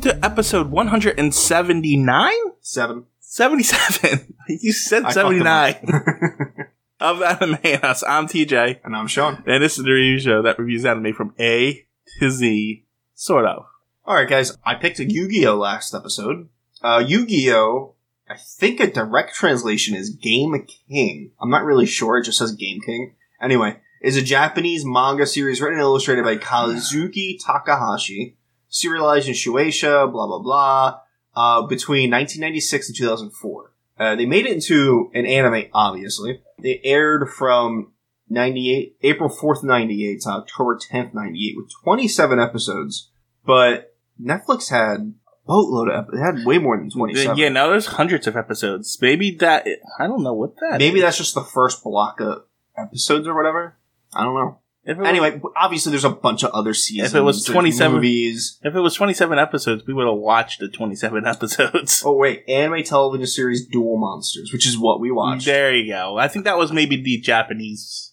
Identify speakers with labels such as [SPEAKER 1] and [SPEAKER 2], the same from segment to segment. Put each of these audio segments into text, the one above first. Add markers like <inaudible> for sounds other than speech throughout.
[SPEAKER 1] to episode 179?
[SPEAKER 2] Seven.
[SPEAKER 1] 77. <laughs> You said
[SPEAKER 2] I caught them up.
[SPEAKER 1] 79 of Anime House. I'm TJ,
[SPEAKER 2] <laughs> and I'm Sean.
[SPEAKER 1] and this is the review show that reviews anime from A to Z, sort of.
[SPEAKER 2] Alright, guys, I picked a Yu Gi Oh! last episode. Uh, Yu Gi Oh! I think a direct translation is Game King. I'm not really sure, it just says Game King. Anyway, is a Japanese manga series written and illustrated by Kazuki Takahashi, serialized in Shueisha, blah blah blah, uh, between 1996 and 2004. Uh, they made it into an anime, obviously. They aired from 98 April 4th 98 to October 10th 98 with 27 episodes but Netflix had a boatload of ep- they had way more than 27
[SPEAKER 1] Yeah, now there's hundreds of episodes. Maybe that, I don't know what that
[SPEAKER 2] maybe
[SPEAKER 1] is.
[SPEAKER 2] that's just the first block of episodes or whatever I don't know
[SPEAKER 1] If it was-
[SPEAKER 2] anyway obviously there's a bunch of other seasons
[SPEAKER 1] was
[SPEAKER 2] there's
[SPEAKER 1] 27
[SPEAKER 2] movies
[SPEAKER 1] If it was 27 episodes, we would have watched the 27 <laughs> episodes.
[SPEAKER 2] oh wait anime television series Duel Monsters which is what we watched
[SPEAKER 1] There you go. I think that was maybe the Japanese.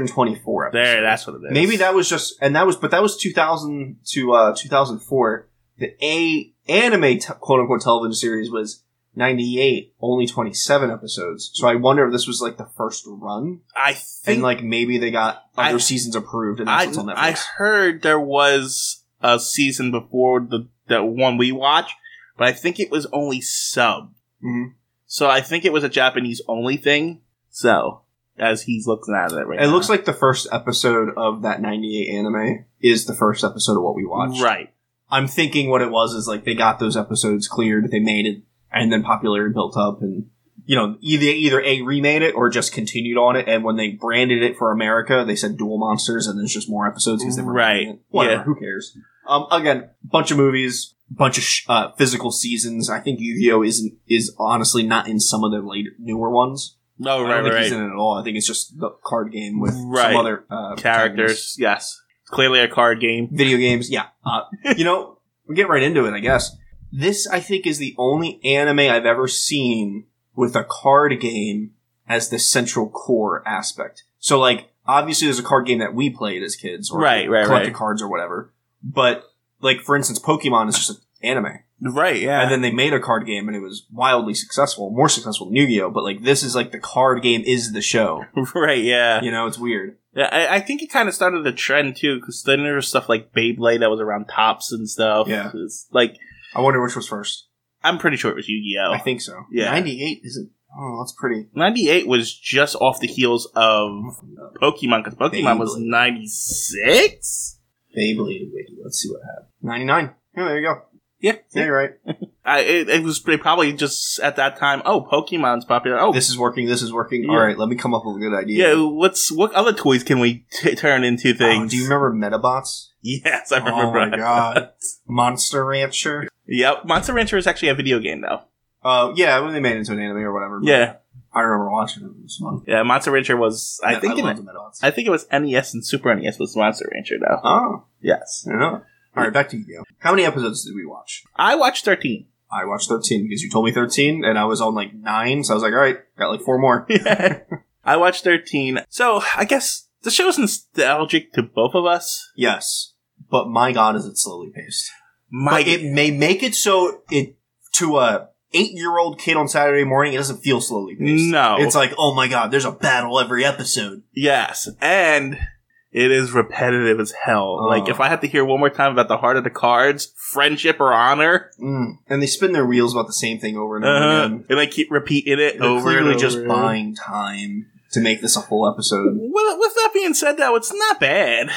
[SPEAKER 2] 224 episodes.
[SPEAKER 1] There, that's what it is.
[SPEAKER 2] Maybe that was just, and that was, but that was 2000 to uh, 2004. The A anime t- quote unquote television series was 98, only 27 episodes. So I wonder if this was like the first run,
[SPEAKER 1] I think
[SPEAKER 2] and like maybe they got other
[SPEAKER 1] I-
[SPEAKER 2] seasons approved, and that's
[SPEAKER 1] I,
[SPEAKER 2] what's on Netflix.
[SPEAKER 1] I heard there was a season before the the one we watched, but I think it was only sub.
[SPEAKER 2] Mhm.
[SPEAKER 1] So I think it was a Japanese only thing. So as he's looking at it right
[SPEAKER 2] It
[SPEAKER 1] now,
[SPEAKER 2] looks like the first episode of that 98 anime is the first episode of what we watched.
[SPEAKER 1] right.
[SPEAKER 2] I'm thinking what it was is like they got those episodes cleared, they made it, and then popularity built up, and you know either either a remade it or just continued on it. And when they branded it for America, they said Dual Monsters, and there's just more episodes because they were
[SPEAKER 1] Right.
[SPEAKER 2] branding it. Whatever,
[SPEAKER 1] Yeah.
[SPEAKER 2] who cares? Um, again, bunch of movies, bunch of sh- uh, physical seasons. I think Yu Gi Oh isn't is honestly not in some of the later newer ones.
[SPEAKER 1] No,
[SPEAKER 2] I
[SPEAKER 1] right,
[SPEAKER 2] don't think
[SPEAKER 1] right.
[SPEAKER 2] he's in it at all. I think it's just the card game with
[SPEAKER 1] Right.
[SPEAKER 2] some other uh, protagonists
[SPEAKER 1] Characters, yes. Clearly a card game.
[SPEAKER 2] video games. Yeah,
[SPEAKER 1] <laughs>
[SPEAKER 2] uh, you know, we get right into it. I guess this I think is the only anime I've ever seen with a card game as the central core aspect. So like, obviously, there's a card game that we played as kids, or
[SPEAKER 1] Right, right,
[SPEAKER 2] collected
[SPEAKER 1] right.
[SPEAKER 2] cards or whatever. But like, for instance, Pokemon is just an anime,
[SPEAKER 1] Right, yeah.
[SPEAKER 2] and then they made a card game, and it was wildly successful, more successful than Yu-Gi-Oh. But like, this is like the card game is
[SPEAKER 1] <laughs>
[SPEAKER 2] the show.
[SPEAKER 1] right, yeah.
[SPEAKER 2] You know, it's weird.
[SPEAKER 1] Yeah, I, I think it kind of started a trend too, because then there was stuff like Beyblade that was around tops and stuff.
[SPEAKER 2] Yeah.
[SPEAKER 1] It's like
[SPEAKER 2] I wonder which was first.
[SPEAKER 1] I'm pretty sure it was Yu-Gi-Oh.
[SPEAKER 2] I think so.
[SPEAKER 1] Oh. Yeah.
[SPEAKER 2] ninety-eight isn't. Oh, that's pretty.
[SPEAKER 1] 98 was just off the heels of Pokemon, because Pokemon was
[SPEAKER 2] Beyblade.
[SPEAKER 1] 96?
[SPEAKER 2] Beyblade Wiki. Let's see what happened. 99. Yeah, there you go.
[SPEAKER 1] Yeah.
[SPEAKER 2] Yeah, you're right.
[SPEAKER 1] I, it, it was they probably just at that time, oh, Pokemon's popular. Oh,
[SPEAKER 2] This is working. This is working.
[SPEAKER 1] Yeah.
[SPEAKER 2] All right, let me come up with a good idea.
[SPEAKER 1] yeah, what's what other toys can we t- turn into things?
[SPEAKER 2] Oh, do you remember Metabots?
[SPEAKER 1] <laughs> Yes, I remember.
[SPEAKER 2] oh
[SPEAKER 1] <laughs>
[SPEAKER 2] my
[SPEAKER 1] that.
[SPEAKER 2] god. Monster Rancher.
[SPEAKER 1] Yep, Monster Rancher is actually a video game, though.
[SPEAKER 2] Uh, yeah, when they made it into an anime or whatever. but
[SPEAKER 1] Yeah,
[SPEAKER 2] I remember watching it. It was fun.
[SPEAKER 1] yeah, Monster Rancher was. I think
[SPEAKER 2] I
[SPEAKER 1] it,
[SPEAKER 2] loved Metabots.
[SPEAKER 1] I think it was NES and Super NES was Monster Rancher, though.
[SPEAKER 2] oh,
[SPEAKER 1] Yes,
[SPEAKER 2] yeah. All right, back to you. Gail. How many episodes did we watch?
[SPEAKER 1] I watched 13.
[SPEAKER 2] I watched 13 because you told me 13, and I was on like 9, so I was like, all right, got like 4 more.
[SPEAKER 1] <laughs> Yeah. I watched 13. So I guess the show's nostalgic to both of us.
[SPEAKER 2] Yes. But my god, is it slowly paced.
[SPEAKER 1] My,
[SPEAKER 2] But it may make it so it to a eight year old kid on Saturday morning, it doesn't feel slowly paced.
[SPEAKER 1] No.
[SPEAKER 2] It's like, oh my god, there's a battle every episode.
[SPEAKER 1] yes, and it is repetitive as hell.
[SPEAKER 2] Oh.
[SPEAKER 1] Like if I had to hear one more time about the heart of the cards, friendship or honor,
[SPEAKER 2] Mm. And they spin their wheels about the same thing over and over
[SPEAKER 1] uh,
[SPEAKER 2] again.
[SPEAKER 1] and I keep repeating it
[SPEAKER 2] They're
[SPEAKER 1] over
[SPEAKER 2] clearly
[SPEAKER 1] and
[SPEAKER 2] just
[SPEAKER 1] over.
[SPEAKER 2] buying time to make this a whole episode.
[SPEAKER 1] Well, with that being said, though, it's not bad.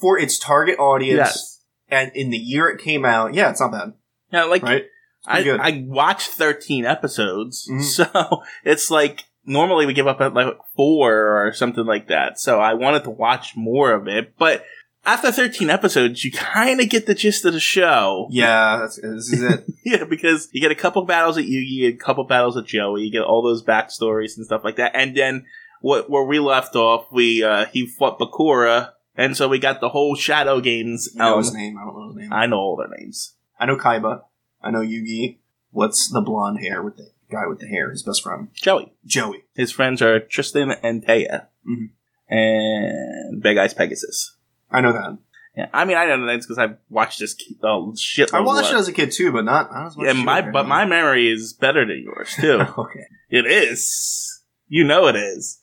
[SPEAKER 2] For its target audience
[SPEAKER 1] Yes.
[SPEAKER 2] and in the year it came out, yeah, it's not bad.
[SPEAKER 1] Yeah, like
[SPEAKER 2] Right?
[SPEAKER 1] I,
[SPEAKER 2] Pretty good.
[SPEAKER 1] I watched 13 episodes, <laughs>
[SPEAKER 2] Mhm.
[SPEAKER 1] so it's like normally we give up at like four or something like that. So I wanted to watch more of it, but after 13 episodes, you kind of get the gist of the show. <laughs>
[SPEAKER 2] Yeah, that's, this is it.
[SPEAKER 1] Yeah, because you get a couple battles at Yugi, a couple battles at Joey, you get all those backstories and stuff like that. And then what where we left off, we uh he fought Bakura, and so we got the whole Shadow Games.
[SPEAKER 2] You know
[SPEAKER 1] <laughs> um,
[SPEAKER 2] his name. I don't know his name. I,
[SPEAKER 1] I know all their names.
[SPEAKER 2] know Kaiba. I know Yugi. What's the blonde hair with the guy with the hair? His best friend,
[SPEAKER 1] Joey.
[SPEAKER 2] Joey.
[SPEAKER 1] His friends are Tristan and Taya,
[SPEAKER 2] Mhm.
[SPEAKER 1] and Big Eyes Pegasus.
[SPEAKER 2] I know that.
[SPEAKER 1] Yeah, I mean, I don't know that's because I watched this ki- oh, shit.
[SPEAKER 2] I watched it as a kid too, but not, not as much.
[SPEAKER 1] Yeah,
[SPEAKER 2] as
[SPEAKER 1] my
[SPEAKER 2] you.
[SPEAKER 1] but
[SPEAKER 2] <laughs>
[SPEAKER 1] my memory is better than yours too.
[SPEAKER 2] okay.
[SPEAKER 1] it is. You know it is.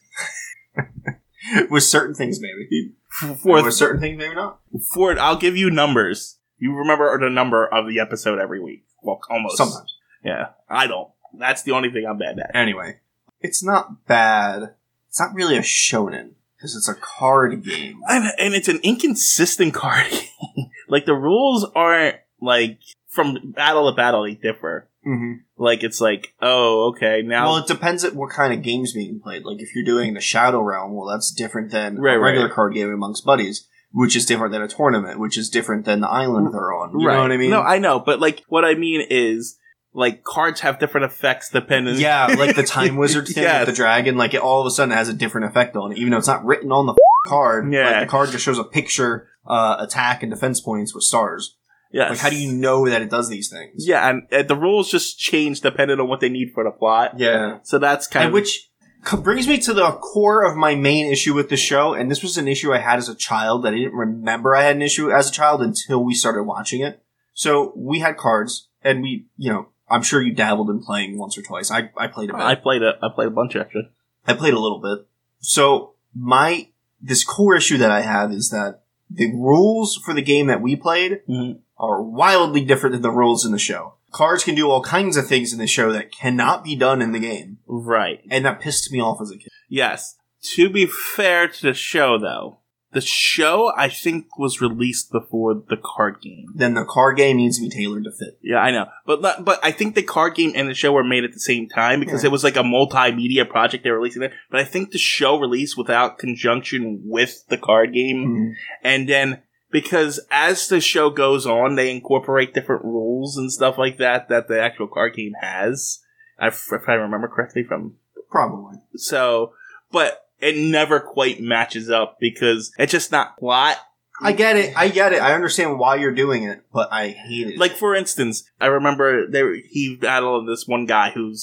[SPEAKER 2] With certain things, maybe.
[SPEAKER 1] For
[SPEAKER 2] With certain things, maybe not.
[SPEAKER 1] for I'll give you numbers. You remember the number of the episode every week. Well, almost.
[SPEAKER 2] Sometimes.
[SPEAKER 1] Yeah, I don't. That's the only thing I'm bad at.
[SPEAKER 2] Anyway, it's not bad. It's not really a shonen because it's a card game.
[SPEAKER 1] And, and it's an inconsistent card. <laughs> game. like the rules aren't like from battle to battle they differ.
[SPEAKER 2] Mm-hmm.
[SPEAKER 1] Like it's like oh okay now
[SPEAKER 2] Well, it depends at what kind of game's being played. Like if you're doing the Shadow Realm, well, that's different than
[SPEAKER 1] Right,
[SPEAKER 2] a regular
[SPEAKER 1] right.
[SPEAKER 2] card game amongst buddies, which is different than a tournament, which is different than the island they're on. You know what I mean?
[SPEAKER 1] No, I know, but like what I mean is like cards have different effects depending.
[SPEAKER 2] yeah,
[SPEAKER 1] <laughs>
[SPEAKER 2] like the time wizard thing
[SPEAKER 1] Yeah.
[SPEAKER 2] with the dragon, like it all of a sudden has a different effect on it, even though it's not written on the card.
[SPEAKER 1] Yeah.
[SPEAKER 2] like, the card just shows a picture, uh, attack and defense points with stars.
[SPEAKER 1] Yes.
[SPEAKER 2] Like, how do you know that it does these things?
[SPEAKER 1] Yeah, and, and the rules just change depending on what they need for the plot.
[SPEAKER 2] yeah.
[SPEAKER 1] So that's kind
[SPEAKER 2] and
[SPEAKER 1] of
[SPEAKER 2] which co- brings me to the core of my main issue with the show and this was an issue i had as a child that i didn't remember i had an issue as a child until we started watching it so we had cards and we you know i'm sure you dabbled in playing once or twice i, I played a bit
[SPEAKER 1] I played a I played a bunch actually.
[SPEAKER 2] I played a little bit. So my this core issue that I have is that the rules for the game that we played
[SPEAKER 1] Mhm.
[SPEAKER 2] are wildly different than the rules in the show. Cards can do all kinds of things in the show that cannot be done in the game,
[SPEAKER 1] Right.
[SPEAKER 2] and that pissed me off as a kid.
[SPEAKER 1] Yes. To be fair to the show, though, the show I think was released before the card game.
[SPEAKER 2] Then the card game needs to be tailored to fit.
[SPEAKER 1] Yeah, I know, but not- but I think the card game and the show were made at the same time because
[SPEAKER 2] Yeah.
[SPEAKER 1] it was like a multimedia project they were releasing there. But I think the show released without conjunction with the card
[SPEAKER 2] Mm-hmm.
[SPEAKER 1] game, and then because as the show goes on, they incorporate different rules and stuff like that that the actual card game has. I, if I remember correctly from
[SPEAKER 2] Probably.
[SPEAKER 1] So, but it never quite matches up because it's just not plot.
[SPEAKER 2] I get it. I get it. I understand why you're doing it, but I hate it.
[SPEAKER 1] Like for instance, I remember there he battled this one guy who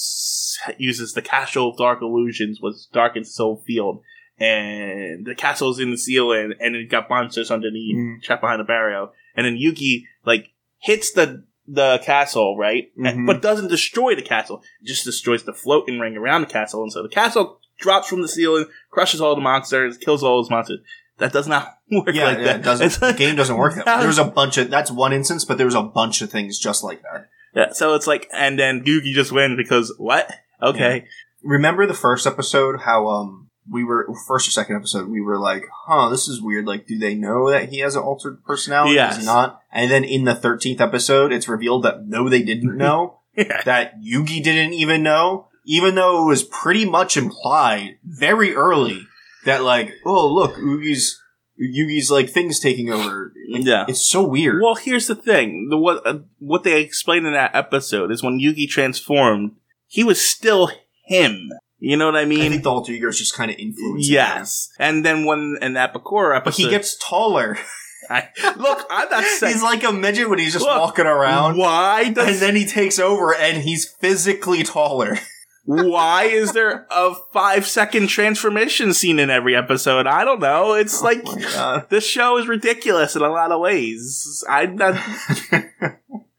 [SPEAKER 1] uses the Castle of Dark Illusions was Dark and Soul Field, and the castle's in the ceiling, and it got monsters underneath,
[SPEAKER 2] Mhm.
[SPEAKER 1] trapped behind a barrier, and then Yuki like hits the the castle right,
[SPEAKER 2] Mhm.
[SPEAKER 1] but doesn't destroy the castle, just destroys the floating ring around the castle, and so the castle drops from the ceiling, crushes all the monsters, kills all those monsters. That does not <laughs> work
[SPEAKER 2] yeah,
[SPEAKER 1] like
[SPEAKER 2] yeah,
[SPEAKER 1] that.
[SPEAKER 2] it doesn't.
[SPEAKER 1] It's
[SPEAKER 2] the
[SPEAKER 1] like-
[SPEAKER 2] game doesn't work
[SPEAKER 1] <laughs>
[SPEAKER 2] that way. There was a bunch of that's one instance, but there was a bunch of things just like that.
[SPEAKER 1] Yeah, so it's like, and then Yugi just wins because what? Okay,
[SPEAKER 2] remember the first episode how um we were first or second episode we were like huh this is weird like do they know that he has an altered personality
[SPEAKER 1] Yes.
[SPEAKER 2] Does he not and then in the 13th episode it's revealed that no
[SPEAKER 1] <laughs>
[SPEAKER 2] they didn't know
[SPEAKER 1] Yeah.
[SPEAKER 2] that yugi didn't even know even though it was pretty much implied very early that like oh look yugi's yugi's like things taking over Like,
[SPEAKER 1] Yeah.
[SPEAKER 2] it's so weird
[SPEAKER 1] Well, here's the thing: the what uh, what they explained in that episode is when Yugi transformed, he was still him. You know what I
[SPEAKER 2] i
[SPEAKER 1] mean?
[SPEAKER 2] think the alter ego is just kind of influencing him.
[SPEAKER 1] yes. And then when in that Bakura
[SPEAKER 2] but
[SPEAKER 1] episode,
[SPEAKER 2] he gets taller
[SPEAKER 1] I, <laughs> look. I'm not saying
[SPEAKER 2] <laughs> he's like a midget when he's just
[SPEAKER 1] Look,
[SPEAKER 2] walking around
[SPEAKER 1] why
[SPEAKER 2] and
[SPEAKER 1] does
[SPEAKER 2] then he takes over and he's physically taller.
[SPEAKER 1] <laughs> why is there a five second transformation scene in every episode? I don't know. <laughs> It's like
[SPEAKER 2] Oh
[SPEAKER 1] this show is ridiculous in a lot of ways. I'm <laughs> not.
[SPEAKER 2] we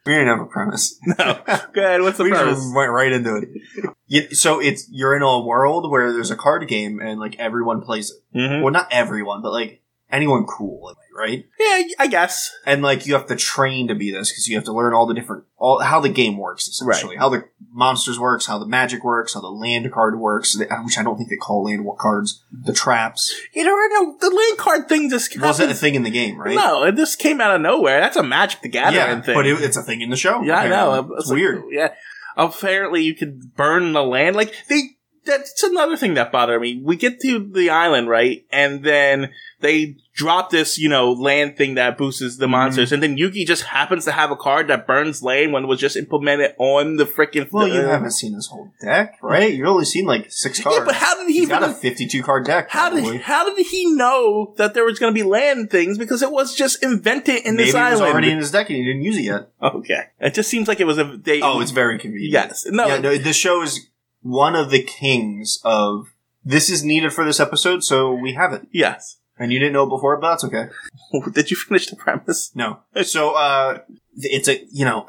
[SPEAKER 2] didn't have a <laughs> premise.
[SPEAKER 1] No. Good. What's the
[SPEAKER 2] we
[SPEAKER 1] premise?
[SPEAKER 2] just went right into it. You- so it's you're in a world where there's a card game and like everyone plays it.
[SPEAKER 1] Mhm.
[SPEAKER 2] Well, not everyone, but like anyone cool, like, right?
[SPEAKER 1] Yeah, I guess.
[SPEAKER 2] And like you have to train to be this because you have to learn all the different all how the game works essentially, how the monsters works, how the magic works, how the land card works, which I don't think they call land cards, the traps.
[SPEAKER 1] You know, the land card thing just
[SPEAKER 2] Wasn't a
[SPEAKER 1] happened-
[SPEAKER 2] thing in the game, right?
[SPEAKER 1] No, it just came out of nowhere. That's a Magic the Gathering thing.
[SPEAKER 2] But it, it's a thing in the show.
[SPEAKER 1] yeah, I know.
[SPEAKER 2] It's weird.
[SPEAKER 1] Yeah, apparently you could burn the land. Like they, that's another thing that bothered me. We get to the island, right, and then they drop this, you know, land thing that boosts
[SPEAKER 2] Mm-hmm.
[SPEAKER 1] the monsters, and then Yugi just happens to have a card that burns land when it was just implemented on the freaking.
[SPEAKER 2] Well, you
[SPEAKER 1] uh,
[SPEAKER 2] haven't seen his whole deck, right? You've only seen like six cards.
[SPEAKER 1] Yeah, but how did he
[SPEAKER 2] He's got
[SPEAKER 1] even
[SPEAKER 2] a fifty-two card deck.
[SPEAKER 1] How
[SPEAKER 2] probably.
[SPEAKER 1] did how did he know that there was going to be land things because it was just invented in
[SPEAKER 2] Maybe
[SPEAKER 1] this
[SPEAKER 2] it was
[SPEAKER 1] island?
[SPEAKER 2] already in his deck and he didn't use it yet.
[SPEAKER 1] <laughs> okay, it just seems like it was a they.
[SPEAKER 2] Oh, it's very convenient.
[SPEAKER 1] yes, no,
[SPEAKER 2] Yeah, no, this show is one of the kings of this is needed for this episode, so we have it.
[SPEAKER 1] yes. <laughs>
[SPEAKER 2] And you didn't know it before, but that's okay.
[SPEAKER 1] Did you finish the premise?
[SPEAKER 2] No. So, uh, it's a, you know,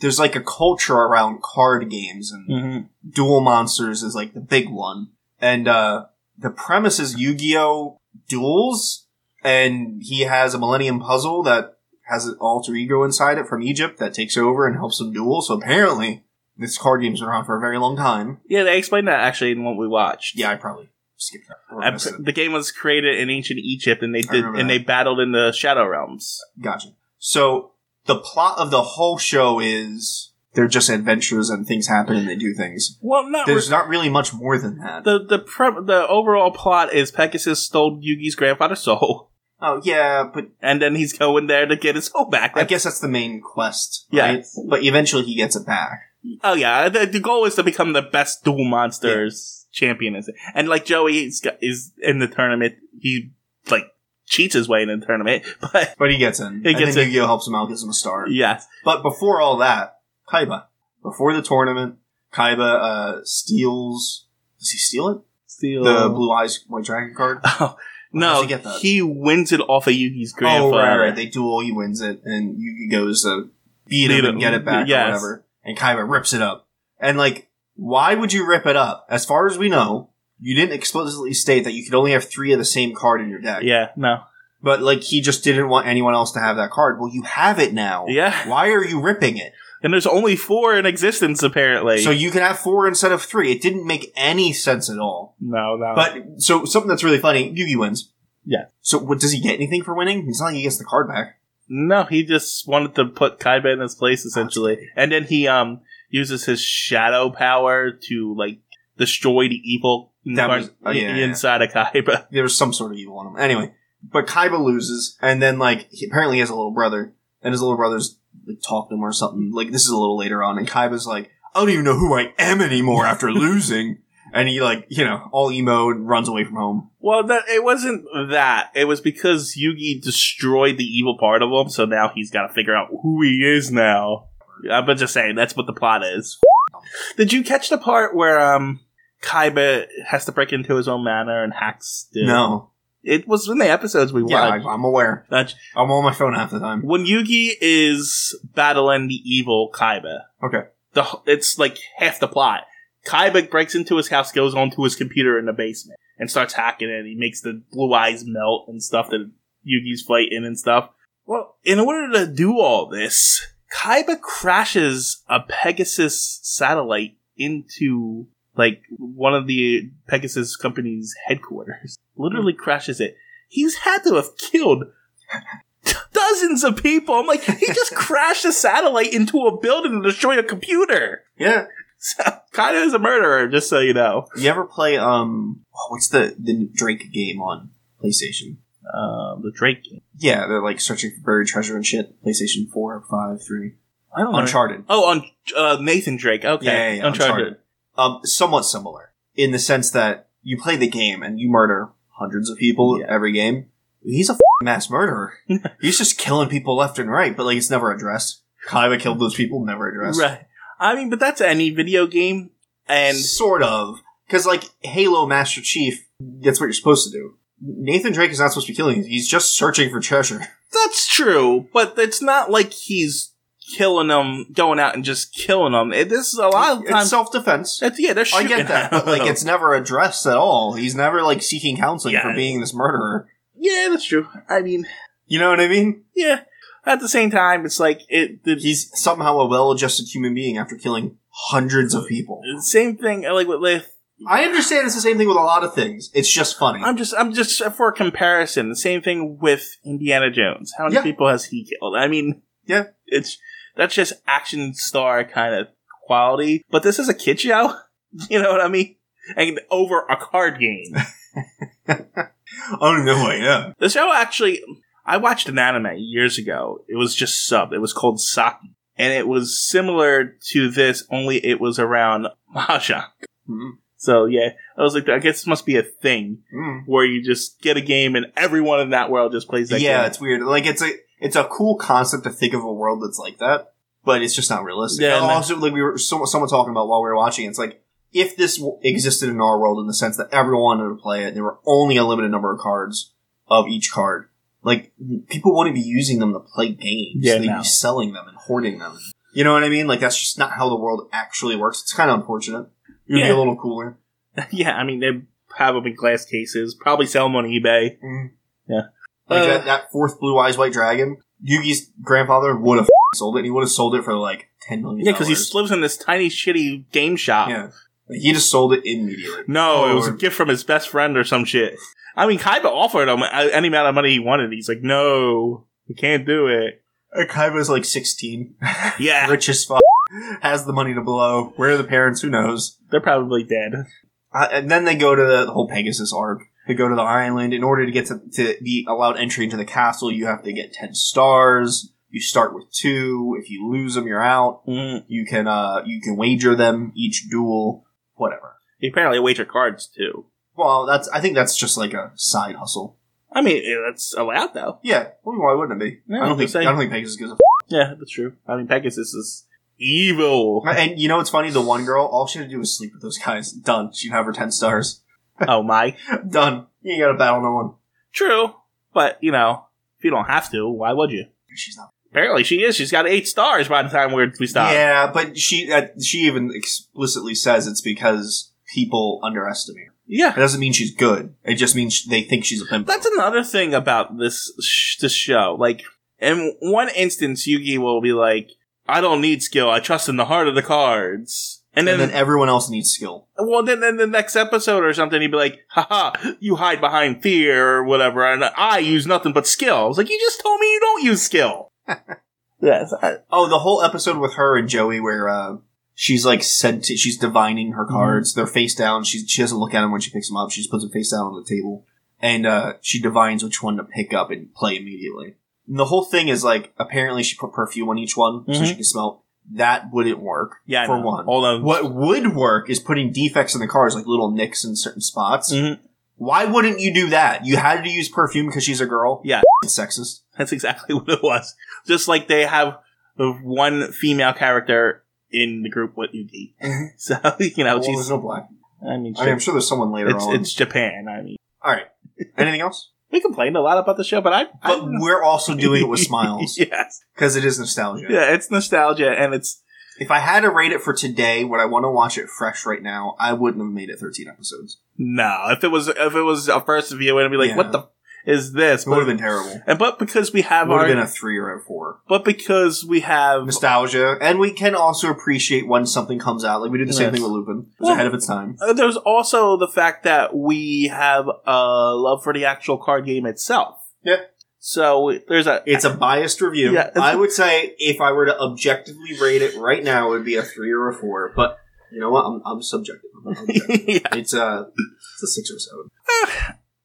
[SPEAKER 2] there's like a culture around card games, and
[SPEAKER 1] Mm-hmm.
[SPEAKER 2] Duel Monsters is like the big one. And, uh, the premise is Yu Gi Oh! duels, and he has a Millennium Puzzle that has an alter ego inside it from Egypt that takes over and helps him duel. So apparently, this card game's been around for a very long time.
[SPEAKER 1] Yeah, they explained that actually in what we watched.
[SPEAKER 2] Yeah, I probably skipped that. Or
[SPEAKER 1] I-
[SPEAKER 2] missed it.
[SPEAKER 1] the game was created in ancient Egypt, and they
[SPEAKER 2] I
[SPEAKER 1] did,
[SPEAKER 2] remember
[SPEAKER 1] and
[SPEAKER 2] that.
[SPEAKER 1] they battled in the Shadow Realms.
[SPEAKER 2] Gotcha. So the plot of the whole show is they're just adventures and things happen and they do things.
[SPEAKER 1] Well, not
[SPEAKER 2] There's not really much more than that.
[SPEAKER 1] the the pre- the overall plot is Pegasus stole Yugi's grandfather's soul, <laughs>
[SPEAKER 2] Oh yeah, but
[SPEAKER 1] and then he's going there to get his soul back.
[SPEAKER 2] I guess that's the main quest.
[SPEAKER 1] Yeah.
[SPEAKER 2] Right? But eventually he gets it back.
[SPEAKER 1] Oh yeah, the, the goal is to become the best duel monsters champion, is- and like Joey is, is in the tournament, he like cheats his way in the tournament, but
[SPEAKER 2] But he gets in.
[SPEAKER 1] He
[SPEAKER 2] and
[SPEAKER 1] gets
[SPEAKER 2] then
[SPEAKER 1] in.
[SPEAKER 2] Yu-Gi-Oh helps him out, gives him a star.
[SPEAKER 1] yes,
[SPEAKER 2] But before all that, Kaiba. Before the tournament, Kaiba uh, steals does he steal it?
[SPEAKER 1] steal
[SPEAKER 2] The blue eyes white dragon card?
[SPEAKER 1] Oh, no,
[SPEAKER 2] does he get that?
[SPEAKER 1] he wins it off of Yugi's
[SPEAKER 2] Oh,
[SPEAKER 1] grandfather.
[SPEAKER 2] right, right. They duel, he wins it, and Yugi goes to beat
[SPEAKER 1] Beat
[SPEAKER 2] him
[SPEAKER 1] him.
[SPEAKER 2] and get it back
[SPEAKER 1] Yes.
[SPEAKER 2] or whatever. And Kaiba rips it up. And, like, why would you rip it up? As far as we know, you didn't explicitly state that you could only have three of the same card in your deck.
[SPEAKER 1] yeah, no,
[SPEAKER 2] But, like, he just didn't want anyone else to have that card. Well, you have it now.
[SPEAKER 1] yeah,
[SPEAKER 2] Why are you ripping it?
[SPEAKER 1] and there's only four in existence apparently.
[SPEAKER 2] So you can have four instead of three. It didn't make any sense at all.
[SPEAKER 1] no, no,
[SPEAKER 2] But, so something that's really funny, Yugi wins.
[SPEAKER 1] Uh, Yeah.
[SPEAKER 2] So what, does he get anything for winning? It's not like he gets the card back.
[SPEAKER 1] No, he just wanted to put Kaiba in his place essentially. And then he um uses his shadow power to like destroy the evil
[SPEAKER 2] That was-
[SPEAKER 1] part-
[SPEAKER 2] oh, yeah, yeah.
[SPEAKER 1] inside of Kaiba.
[SPEAKER 2] there was some sort of evil in him. Anyway, but Kaiba loses, and then like he apparently he has a little brother, and his little brother's like talking to him or something. Like this is a little later on, and Kaiba's like, I don't even know who I am
[SPEAKER 1] <laughs>
[SPEAKER 2] anymore after losing, and he like you know all emo and runs away from home.
[SPEAKER 1] Well, that it wasn't that. It was because Yugi destroyed the evil part of him, so now he's got to figure out who he is now. I'm just saying that's what the plot is. Did you catch the part where um Kaiba has to break into his own manor and hacks? the-
[SPEAKER 2] No,
[SPEAKER 1] it was in the episodes we
[SPEAKER 2] yeah, I,
[SPEAKER 1] watched.
[SPEAKER 2] I'm aware.
[SPEAKER 1] That's-
[SPEAKER 2] I'm on my phone half the time.
[SPEAKER 1] when Yugi is battling the evil Kaiba,
[SPEAKER 2] Okay.
[SPEAKER 1] the it's like half the plot. Kaiba breaks into his house, goes onto his computer in the basement, and starts hacking it. He makes the blue eyes melt and stuff that Yugi's fighting and stuff. Well, in order to do all this, Kaiba crashes a Pegasus satellite into like one of the Pegasus company's headquarters. <laughs> Literally crashes it. He's had to have killed dozens of people. I'm like, he
[SPEAKER 2] <laughs>
[SPEAKER 1] just crashed a satellite into a building and destroyed a computer. <laughs>
[SPEAKER 2] Yeah,
[SPEAKER 1] So, kind of is a murderer, just so you know.
[SPEAKER 2] you ever play um oh, what's the the Drake game on PlayStation?
[SPEAKER 1] Um, the Drake game.
[SPEAKER 2] Yeah, they're like searching for buried treasure and shit. PlayStation four, five, three,
[SPEAKER 1] I don't know.
[SPEAKER 2] Uncharted.
[SPEAKER 1] Oh, on uh, Nathan Drake. Okay,
[SPEAKER 2] Yeah, yeah, yeah,
[SPEAKER 1] Uncharted.
[SPEAKER 2] um, somewhat similar in the sense that you play the game and you murder hundreds of people
[SPEAKER 1] Yeah.
[SPEAKER 2] every game. He's a f- mass <laughs> murderer. He's just killing people left and right, but like it's never addressed. Kaiba killed those people, never addressed.
[SPEAKER 1] Right. I mean, but that's any video game, and
[SPEAKER 2] sort of because like Halo Master Chief, that's what you're supposed to do. Nathan Drake is not supposed to be killing. you. He's just searching for treasure.
[SPEAKER 1] that's true. But it's not like he's killing them, going out and just killing them. It, this is a lot of
[SPEAKER 2] <laughs> it's
[SPEAKER 1] times.
[SPEAKER 2] self
[SPEAKER 1] <laughs>
[SPEAKER 2] defense.
[SPEAKER 1] It's, yeah, they're
[SPEAKER 2] I
[SPEAKER 1] shooting
[SPEAKER 2] get that,
[SPEAKER 1] at
[SPEAKER 2] but like
[SPEAKER 1] <laughs> them.
[SPEAKER 2] it's never addressed at all. He's never like seeking counseling
[SPEAKER 1] Yeah.
[SPEAKER 2] for being this murderer.
[SPEAKER 1] yeah, that's true. I mean,
[SPEAKER 2] You know what I mean?
[SPEAKER 1] yeah. At the same time, it's like it. The,
[SPEAKER 2] He's somehow a well-adjusted human being after killing hundreds of people.
[SPEAKER 1] same thing like with, with
[SPEAKER 2] I understand it's the same thing with a lot of things. It's just funny.
[SPEAKER 1] I'm just I'm just for comparison the same thing with Indiana Jones how many
[SPEAKER 2] Yeah.
[SPEAKER 1] people has he killed I mean
[SPEAKER 2] Yeah.
[SPEAKER 1] it's that's just action star kind of quality but this is a kid show <laughs> you know what I mean and over a card
[SPEAKER 2] <laughs>
[SPEAKER 1] game
[SPEAKER 2] Oh no, yeah.
[SPEAKER 1] the show actually I watched an anime years ago it was just sub it was called Saki and it was similar to this only it was around Mahjong
[SPEAKER 2] Mm-hmm.
[SPEAKER 1] so yeah I was like I guess this must be a thing where you just get a game and everyone in that world just plays that
[SPEAKER 2] Yeah,
[SPEAKER 1] game.
[SPEAKER 2] it's weird. Like it's a it's a cool concept to think of a world that's like that, but it's just not realistic.
[SPEAKER 1] Yeah,
[SPEAKER 2] And
[SPEAKER 1] and-
[SPEAKER 2] also, like we were so, someone talking about while we were watching, it's like if this w- existed in our world in the sense that everyone wanted to play it, there were only a limited number of cards. of each card. Like people wouldn't be using them to play games.
[SPEAKER 1] Yeah,
[SPEAKER 2] They'd
[SPEAKER 1] no.
[SPEAKER 2] be selling them and hoarding them. You know what I mean? Like that's just not how the world actually works. It's kind of unfortunate. It would be
[SPEAKER 1] Yeah.
[SPEAKER 2] a little cooler.
[SPEAKER 1] <laughs> yeah, I mean, they have them in glass cases, probably sell them on eBay.
[SPEAKER 2] Like
[SPEAKER 1] Uh,
[SPEAKER 2] that, that fourth Blue Eyes White Dragon, Yugi's grandfather would have <laughs> sold it. and He would have sold it for like ten million.
[SPEAKER 1] Yeah, because he lives in this tiny, shitty game shop.
[SPEAKER 2] yeah, Like, he just sold it immediately.
[SPEAKER 1] No, it was a
[SPEAKER 2] Or-
[SPEAKER 1] gift from his best friend or some shit. I mean, Kaiba offered him a- any amount of money he wanted. He's like, no, we can't do it.
[SPEAKER 2] Kaiba's like <laughs> sixteen,
[SPEAKER 1] Yeah,
[SPEAKER 2] rich as fuck, has the money to blow. Where are the parents? Who knows?
[SPEAKER 1] they're probably dead.
[SPEAKER 2] Uh, and then they go to the, the whole Pegasus arc. They go to the island. In order to get to, to be allowed entry into the castle, you have to get ten stars. You start with two. If you lose them, you're out.
[SPEAKER 1] Mm.
[SPEAKER 2] You can uh, you can wager them each duel, whatever.
[SPEAKER 1] He apparently wager cards too.
[SPEAKER 2] Well, that's I think that's just like a side hustle.
[SPEAKER 1] I mean, eh, that's allowed though.
[SPEAKER 2] Yeah, well, why wouldn't it be?
[SPEAKER 1] No,
[SPEAKER 2] I
[SPEAKER 1] I'm
[SPEAKER 2] don't think
[SPEAKER 1] just saying.
[SPEAKER 2] I don't think Pegasus gives a
[SPEAKER 1] Yeah, that's true. I mean, Pegasus is evil.
[SPEAKER 2] <laughs> f- And you know what's funny? The one girl, all she had to do was sleep with those guys. Done. She'd have her ten stars. <laughs>
[SPEAKER 1] oh my,
[SPEAKER 2] Done. You ain't gotta battle no one.
[SPEAKER 1] true. But you know, if you don't have to, why would you?
[SPEAKER 2] She's not.
[SPEAKER 1] Apparently, she is. She's got eight stars by the time we we stop.
[SPEAKER 2] Yeah, but she uh, she even explicitly says it's because people underestimate her.
[SPEAKER 1] yeah.
[SPEAKER 2] It doesn't mean she's good. It just means sh- they think she's a pimp.
[SPEAKER 1] That's another thing about this sh- this show. Like, in one instance, Yugi will be like, "I don't need skill. I trust in the heart of the cards." And
[SPEAKER 2] and
[SPEAKER 1] then,
[SPEAKER 2] then, everyone else needs skill.
[SPEAKER 1] well, then, then the next episode or something, he'd be like, "Haha, you hide behind fear or whatever, and I use nothing but skill." I was like, "You just told me you don't use skill."
[SPEAKER 2] <laughs>
[SPEAKER 1] yes, I,
[SPEAKER 2] Oh, the whole episode with her and Joey where uh, she's like said to, she's divining
[SPEAKER 1] Mm-hmm.
[SPEAKER 2] her cards. They're face down. She she doesn't look at them when she picks them up. She just puts them face down on the table, and uh, she divines which one to pick up and play immediately. And the whole thing is like apparently she put perfume on each one so
[SPEAKER 1] Mhm.
[SPEAKER 2] she can smell. That wouldn't work.
[SPEAKER 1] yeah, I
[SPEAKER 2] for
[SPEAKER 1] know.
[SPEAKER 2] one.
[SPEAKER 1] Although,
[SPEAKER 2] What would work is putting defects in the cars, like little nicks in certain spots.
[SPEAKER 1] Mhm.
[SPEAKER 2] Why wouldn't you do that? You had to use perfume because she's a girl.
[SPEAKER 1] Yeah.
[SPEAKER 2] It's sexist.
[SPEAKER 1] That's exactly <laughs> what it was. Just like they have the one female character in the group with
[SPEAKER 2] <laughs>
[SPEAKER 1] Yugi. So, <laughs> you know,
[SPEAKER 2] well,
[SPEAKER 1] she's.
[SPEAKER 2] there's no black.
[SPEAKER 1] I mean,
[SPEAKER 2] I
[SPEAKER 1] shit.
[SPEAKER 2] mean, I'm sure there's someone later
[SPEAKER 1] it's,
[SPEAKER 2] on.
[SPEAKER 1] it's Japan. I mean,
[SPEAKER 2] All right. Anything else?
[SPEAKER 1] we complained a lot about the show, but I. I
[SPEAKER 2] <laughs>
[SPEAKER 1] <laughs>
[SPEAKER 2] But we're also doing it with smiles
[SPEAKER 1] yes.
[SPEAKER 2] because it is nostalgia.
[SPEAKER 1] Yeah, it's nostalgia, and it's
[SPEAKER 2] If I had to rate it for today, would I want to watch it fresh right now? I wouldn't have made it 13 episodes.
[SPEAKER 1] no. If it was, if it was a first view, it'd be like,
[SPEAKER 2] Yeah.
[SPEAKER 1] what the f- is this?
[SPEAKER 2] It would have
[SPEAKER 1] But-
[SPEAKER 2] been terrible.
[SPEAKER 1] and but because we
[SPEAKER 2] It
[SPEAKER 1] have
[SPEAKER 2] would
[SPEAKER 1] our,
[SPEAKER 2] have been a three or a four.
[SPEAKER 1] but because we have,
[SPEAKER 2] Nostalgia, and we can also appreciate when something comes out. Like we did the same
[SPEAKER 1] Yes.
[SPEAKER 2] thing with Lupin. It was
[SPEAKER 1] Well-
[SPEAKER 2] ahead of its time.
[SPEAKER 1] uh, there's also the fact that we have a love for the actual card game itself.
[SPEAKER 2] Yeah.
[SPEAKER 1] So there's a <laughs>
[SPEAKER 2] It's a biased review.
[SPEAKER 1] Yeah.
[SPEAKER 2] I would say if I were to objectively rate it right now, it would be a three or a four. But you know what? I'm, I'm subjective.
[SPEAKER 1] <laughs>
[SPEAKER 2] I'm not objective.
[SPEAKER 1] yeah.
[SPEAKER 2] it's a it's a six or seven.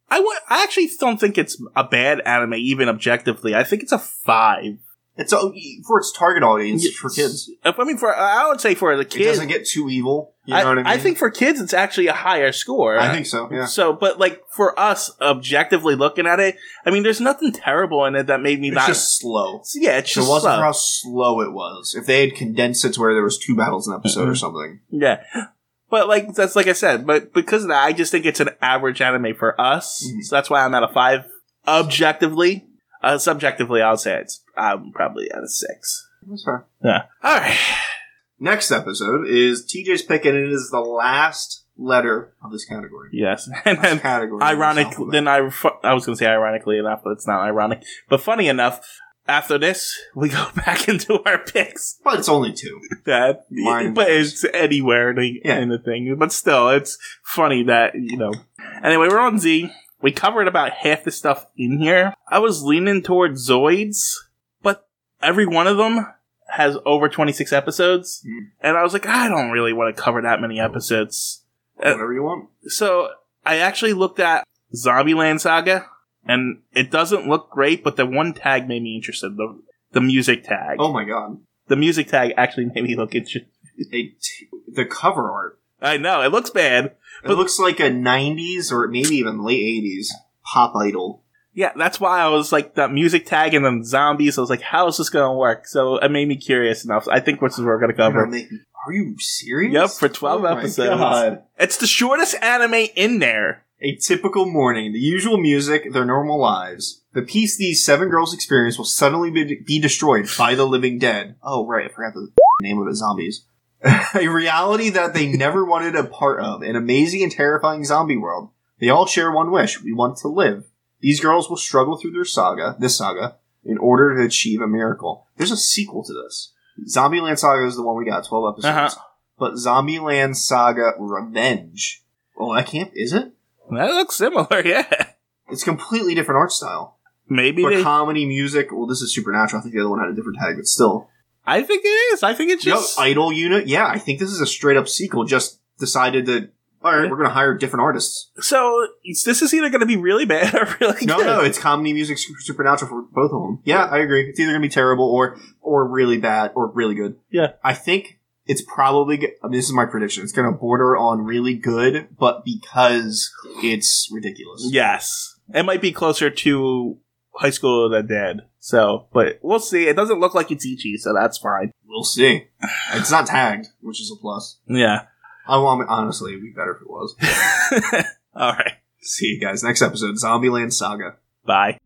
[SPEAKER 1] I wa- I actually don't think it's a bad anime, even objectively. I think it's a five.
[SPEAKER 2] It's a, for its target audience for kids.
[SPEAKER 1] If- I mean, for I would say for the
[SPEAKER 2] It
[SPEAKER 1] kids,
[SPEAKER 2] doesn't get too evil. You know
[SPEAKER 1] I,
[SPEAKER 2] what I mean?
[SPEAKER 1] I think for kids, it's actually a higher score.
[SPEAKER 2] I think so. Yeah.
[SPEAKER 1] So, but like for us, objectively looking at it, I mean, there's nothing terrible in it that made me
[SPEAKER 2] It's
[SPEAKER 1] not.
[SPEAKER 2] just slow.
[SPEAKER 1] yeah, it's
[SPEAKER 2] If It
[SPEAKER 1] just
[SPEAKER 2] wasn't
[SPEAKER 1] slow.
[SPEAKER 2] for how slow it was. If they had condensed it to where there was two battles an episode or something,
[SPEAKER 1] yeah, but like that's like I said, but because of that, I just think it's an average anime for us.
[SPEAKER 2] Mhm.
[SPEAKER 1] So that's why I'm at a five objectively. Uh, subjectively, I'll say it's I'm probably at a six.
[SPEAKER 2] that's fair.
[SPEAKER 1] All right.
[SPEAKER 2] Next episode is TJ's pick, and it is the last letter of this category.
[SPEAKER 1] Yes, <laughs> and
[SPEAKER 2] Last
[SPEAKER 1] then
[SPEAKER 2] category. of this
[SPEAKER 1] ironic.
[SPEAKER 2] alphabet.
[SPEAKER 1] Then I fu- I was going to say ironically enough, but it's not ironic. But funny enough, after this, we go <laughs> back into our picks.
[SPEAKER 2] but it's only two.
[SPEAKER 1] That,
[SPEAKER 2] Mine
[SPEAKER 1] but it's anywhere in the,
[SPEAKER 2] Yeah.
[SPEAKER 1] in the thing. But still, it's funny that you know. Anyway, we're on Z. We covered about half the stuff in here. I was leaning towards Zoids, but every one of them has over twenty six episodes,
[SPEAKER 2] Mm.
[SPEAKER 1] and I was like, I don't really want to cover that many episodes. Uh,
[SPEAKER 2] Whatever you want.
[SPEAKER 1] So I actually looked at Zombieland Saga, and it doesn't look great, but the one tag made me interested. The the music tag.
[SPEAKER 2] Oh my god!
[SPEAKER 1] The music tag actually <laughs> made me look interested.
[SPEAKER 2] A t- the cover art.
[SPEAKER 1] I know it looks bad.
[SPEAKER 2] It
[SPEAKER 1] But-
[SPEAKER 2] looks like a '90s or maybe even late '80s pop idol.
[SPEAKER 1] Yeah, that's why I was like that music tag and then zombies. I was like, how is this going to work? So it made me curious enough. I think this is what we're going to
[SPEAKER 2] Are
[SPEAKER 1] cover.
[SPEAKER 2] they- are you serious? Oh
[SPEAKER 1] Yep, for 12
[SPEAKER 2] my
[SPEAKER 1] episodes. It's the shortest anime in there.
[SPEAKER 2] A typical morning, the usual music, their normal lives. The peace these seven girls experience will suddenly be, be destroyed by the living dead. Oh, right, I forgot the <laughs> name of it zombies. <laughs> a reality that they never wanted a part of, an amazing and terrifying zombie world. They all share one wish we want to live. These girls will struggle through their saga, this saga, in order to achieve a miracle. There's a sequel to this. Zombieland Saga is the one we got, 12 episodes. But Zombieland Saga Revenge. Oh, that can't, is it?
[SPEAKER 1] That looks similar, <laughs> yeah.
[SPEAKER 2] It's completely different art style.
[SPEAKER 1] Maybe
[SPEAKER 2] But
[SPEAKER 1] they,
[SPEAKER 2] comedy, music, well, this is supernatural. I think the other one had a different tag, but still.
[SPEAKER 1] I think it is. I think it's
[SPEAKER 2] No,
[SPEAKER 1] just
[SPEAKER 2] Idol Unit? Yeah, I think this is a straight up sequel. Just decided that, alright, we're going to hire different artists.
[SPEAKER 1] so. it's- This is either going to be really bad <laughs> or really
[SPEAKER 2] No,
[SPEAKER 1] good.
[SPEAKER 2] no, it's comedy, music, su- supernatural for both of them. Yeah, I agree. It's either going to be terrible or or really bad or really good.
[SPEAKER 1] Yeah.
[SPEAKER 2] I think it's probably. g- I mean, this is my prediction. It's going to border on really good, but because it's ridiculous.
[SPEAKER 1] Yes, it might be closer to High School of the Dead. So, but we'll see. It doesn't look like it's Ichi, so that's fine.
[SPEAKER 2] We'll see. It's not tagged, which is a plus.
[SPEAKER 1] Yeah. <laughs>
[SPEAKER 2] I want honestly, it'd be better if it was.
[SPEAKER 1] All right.
[SPEAKER 2] See you guys next episode, Zombieland Saga.
[SPEAKER 1] Bye.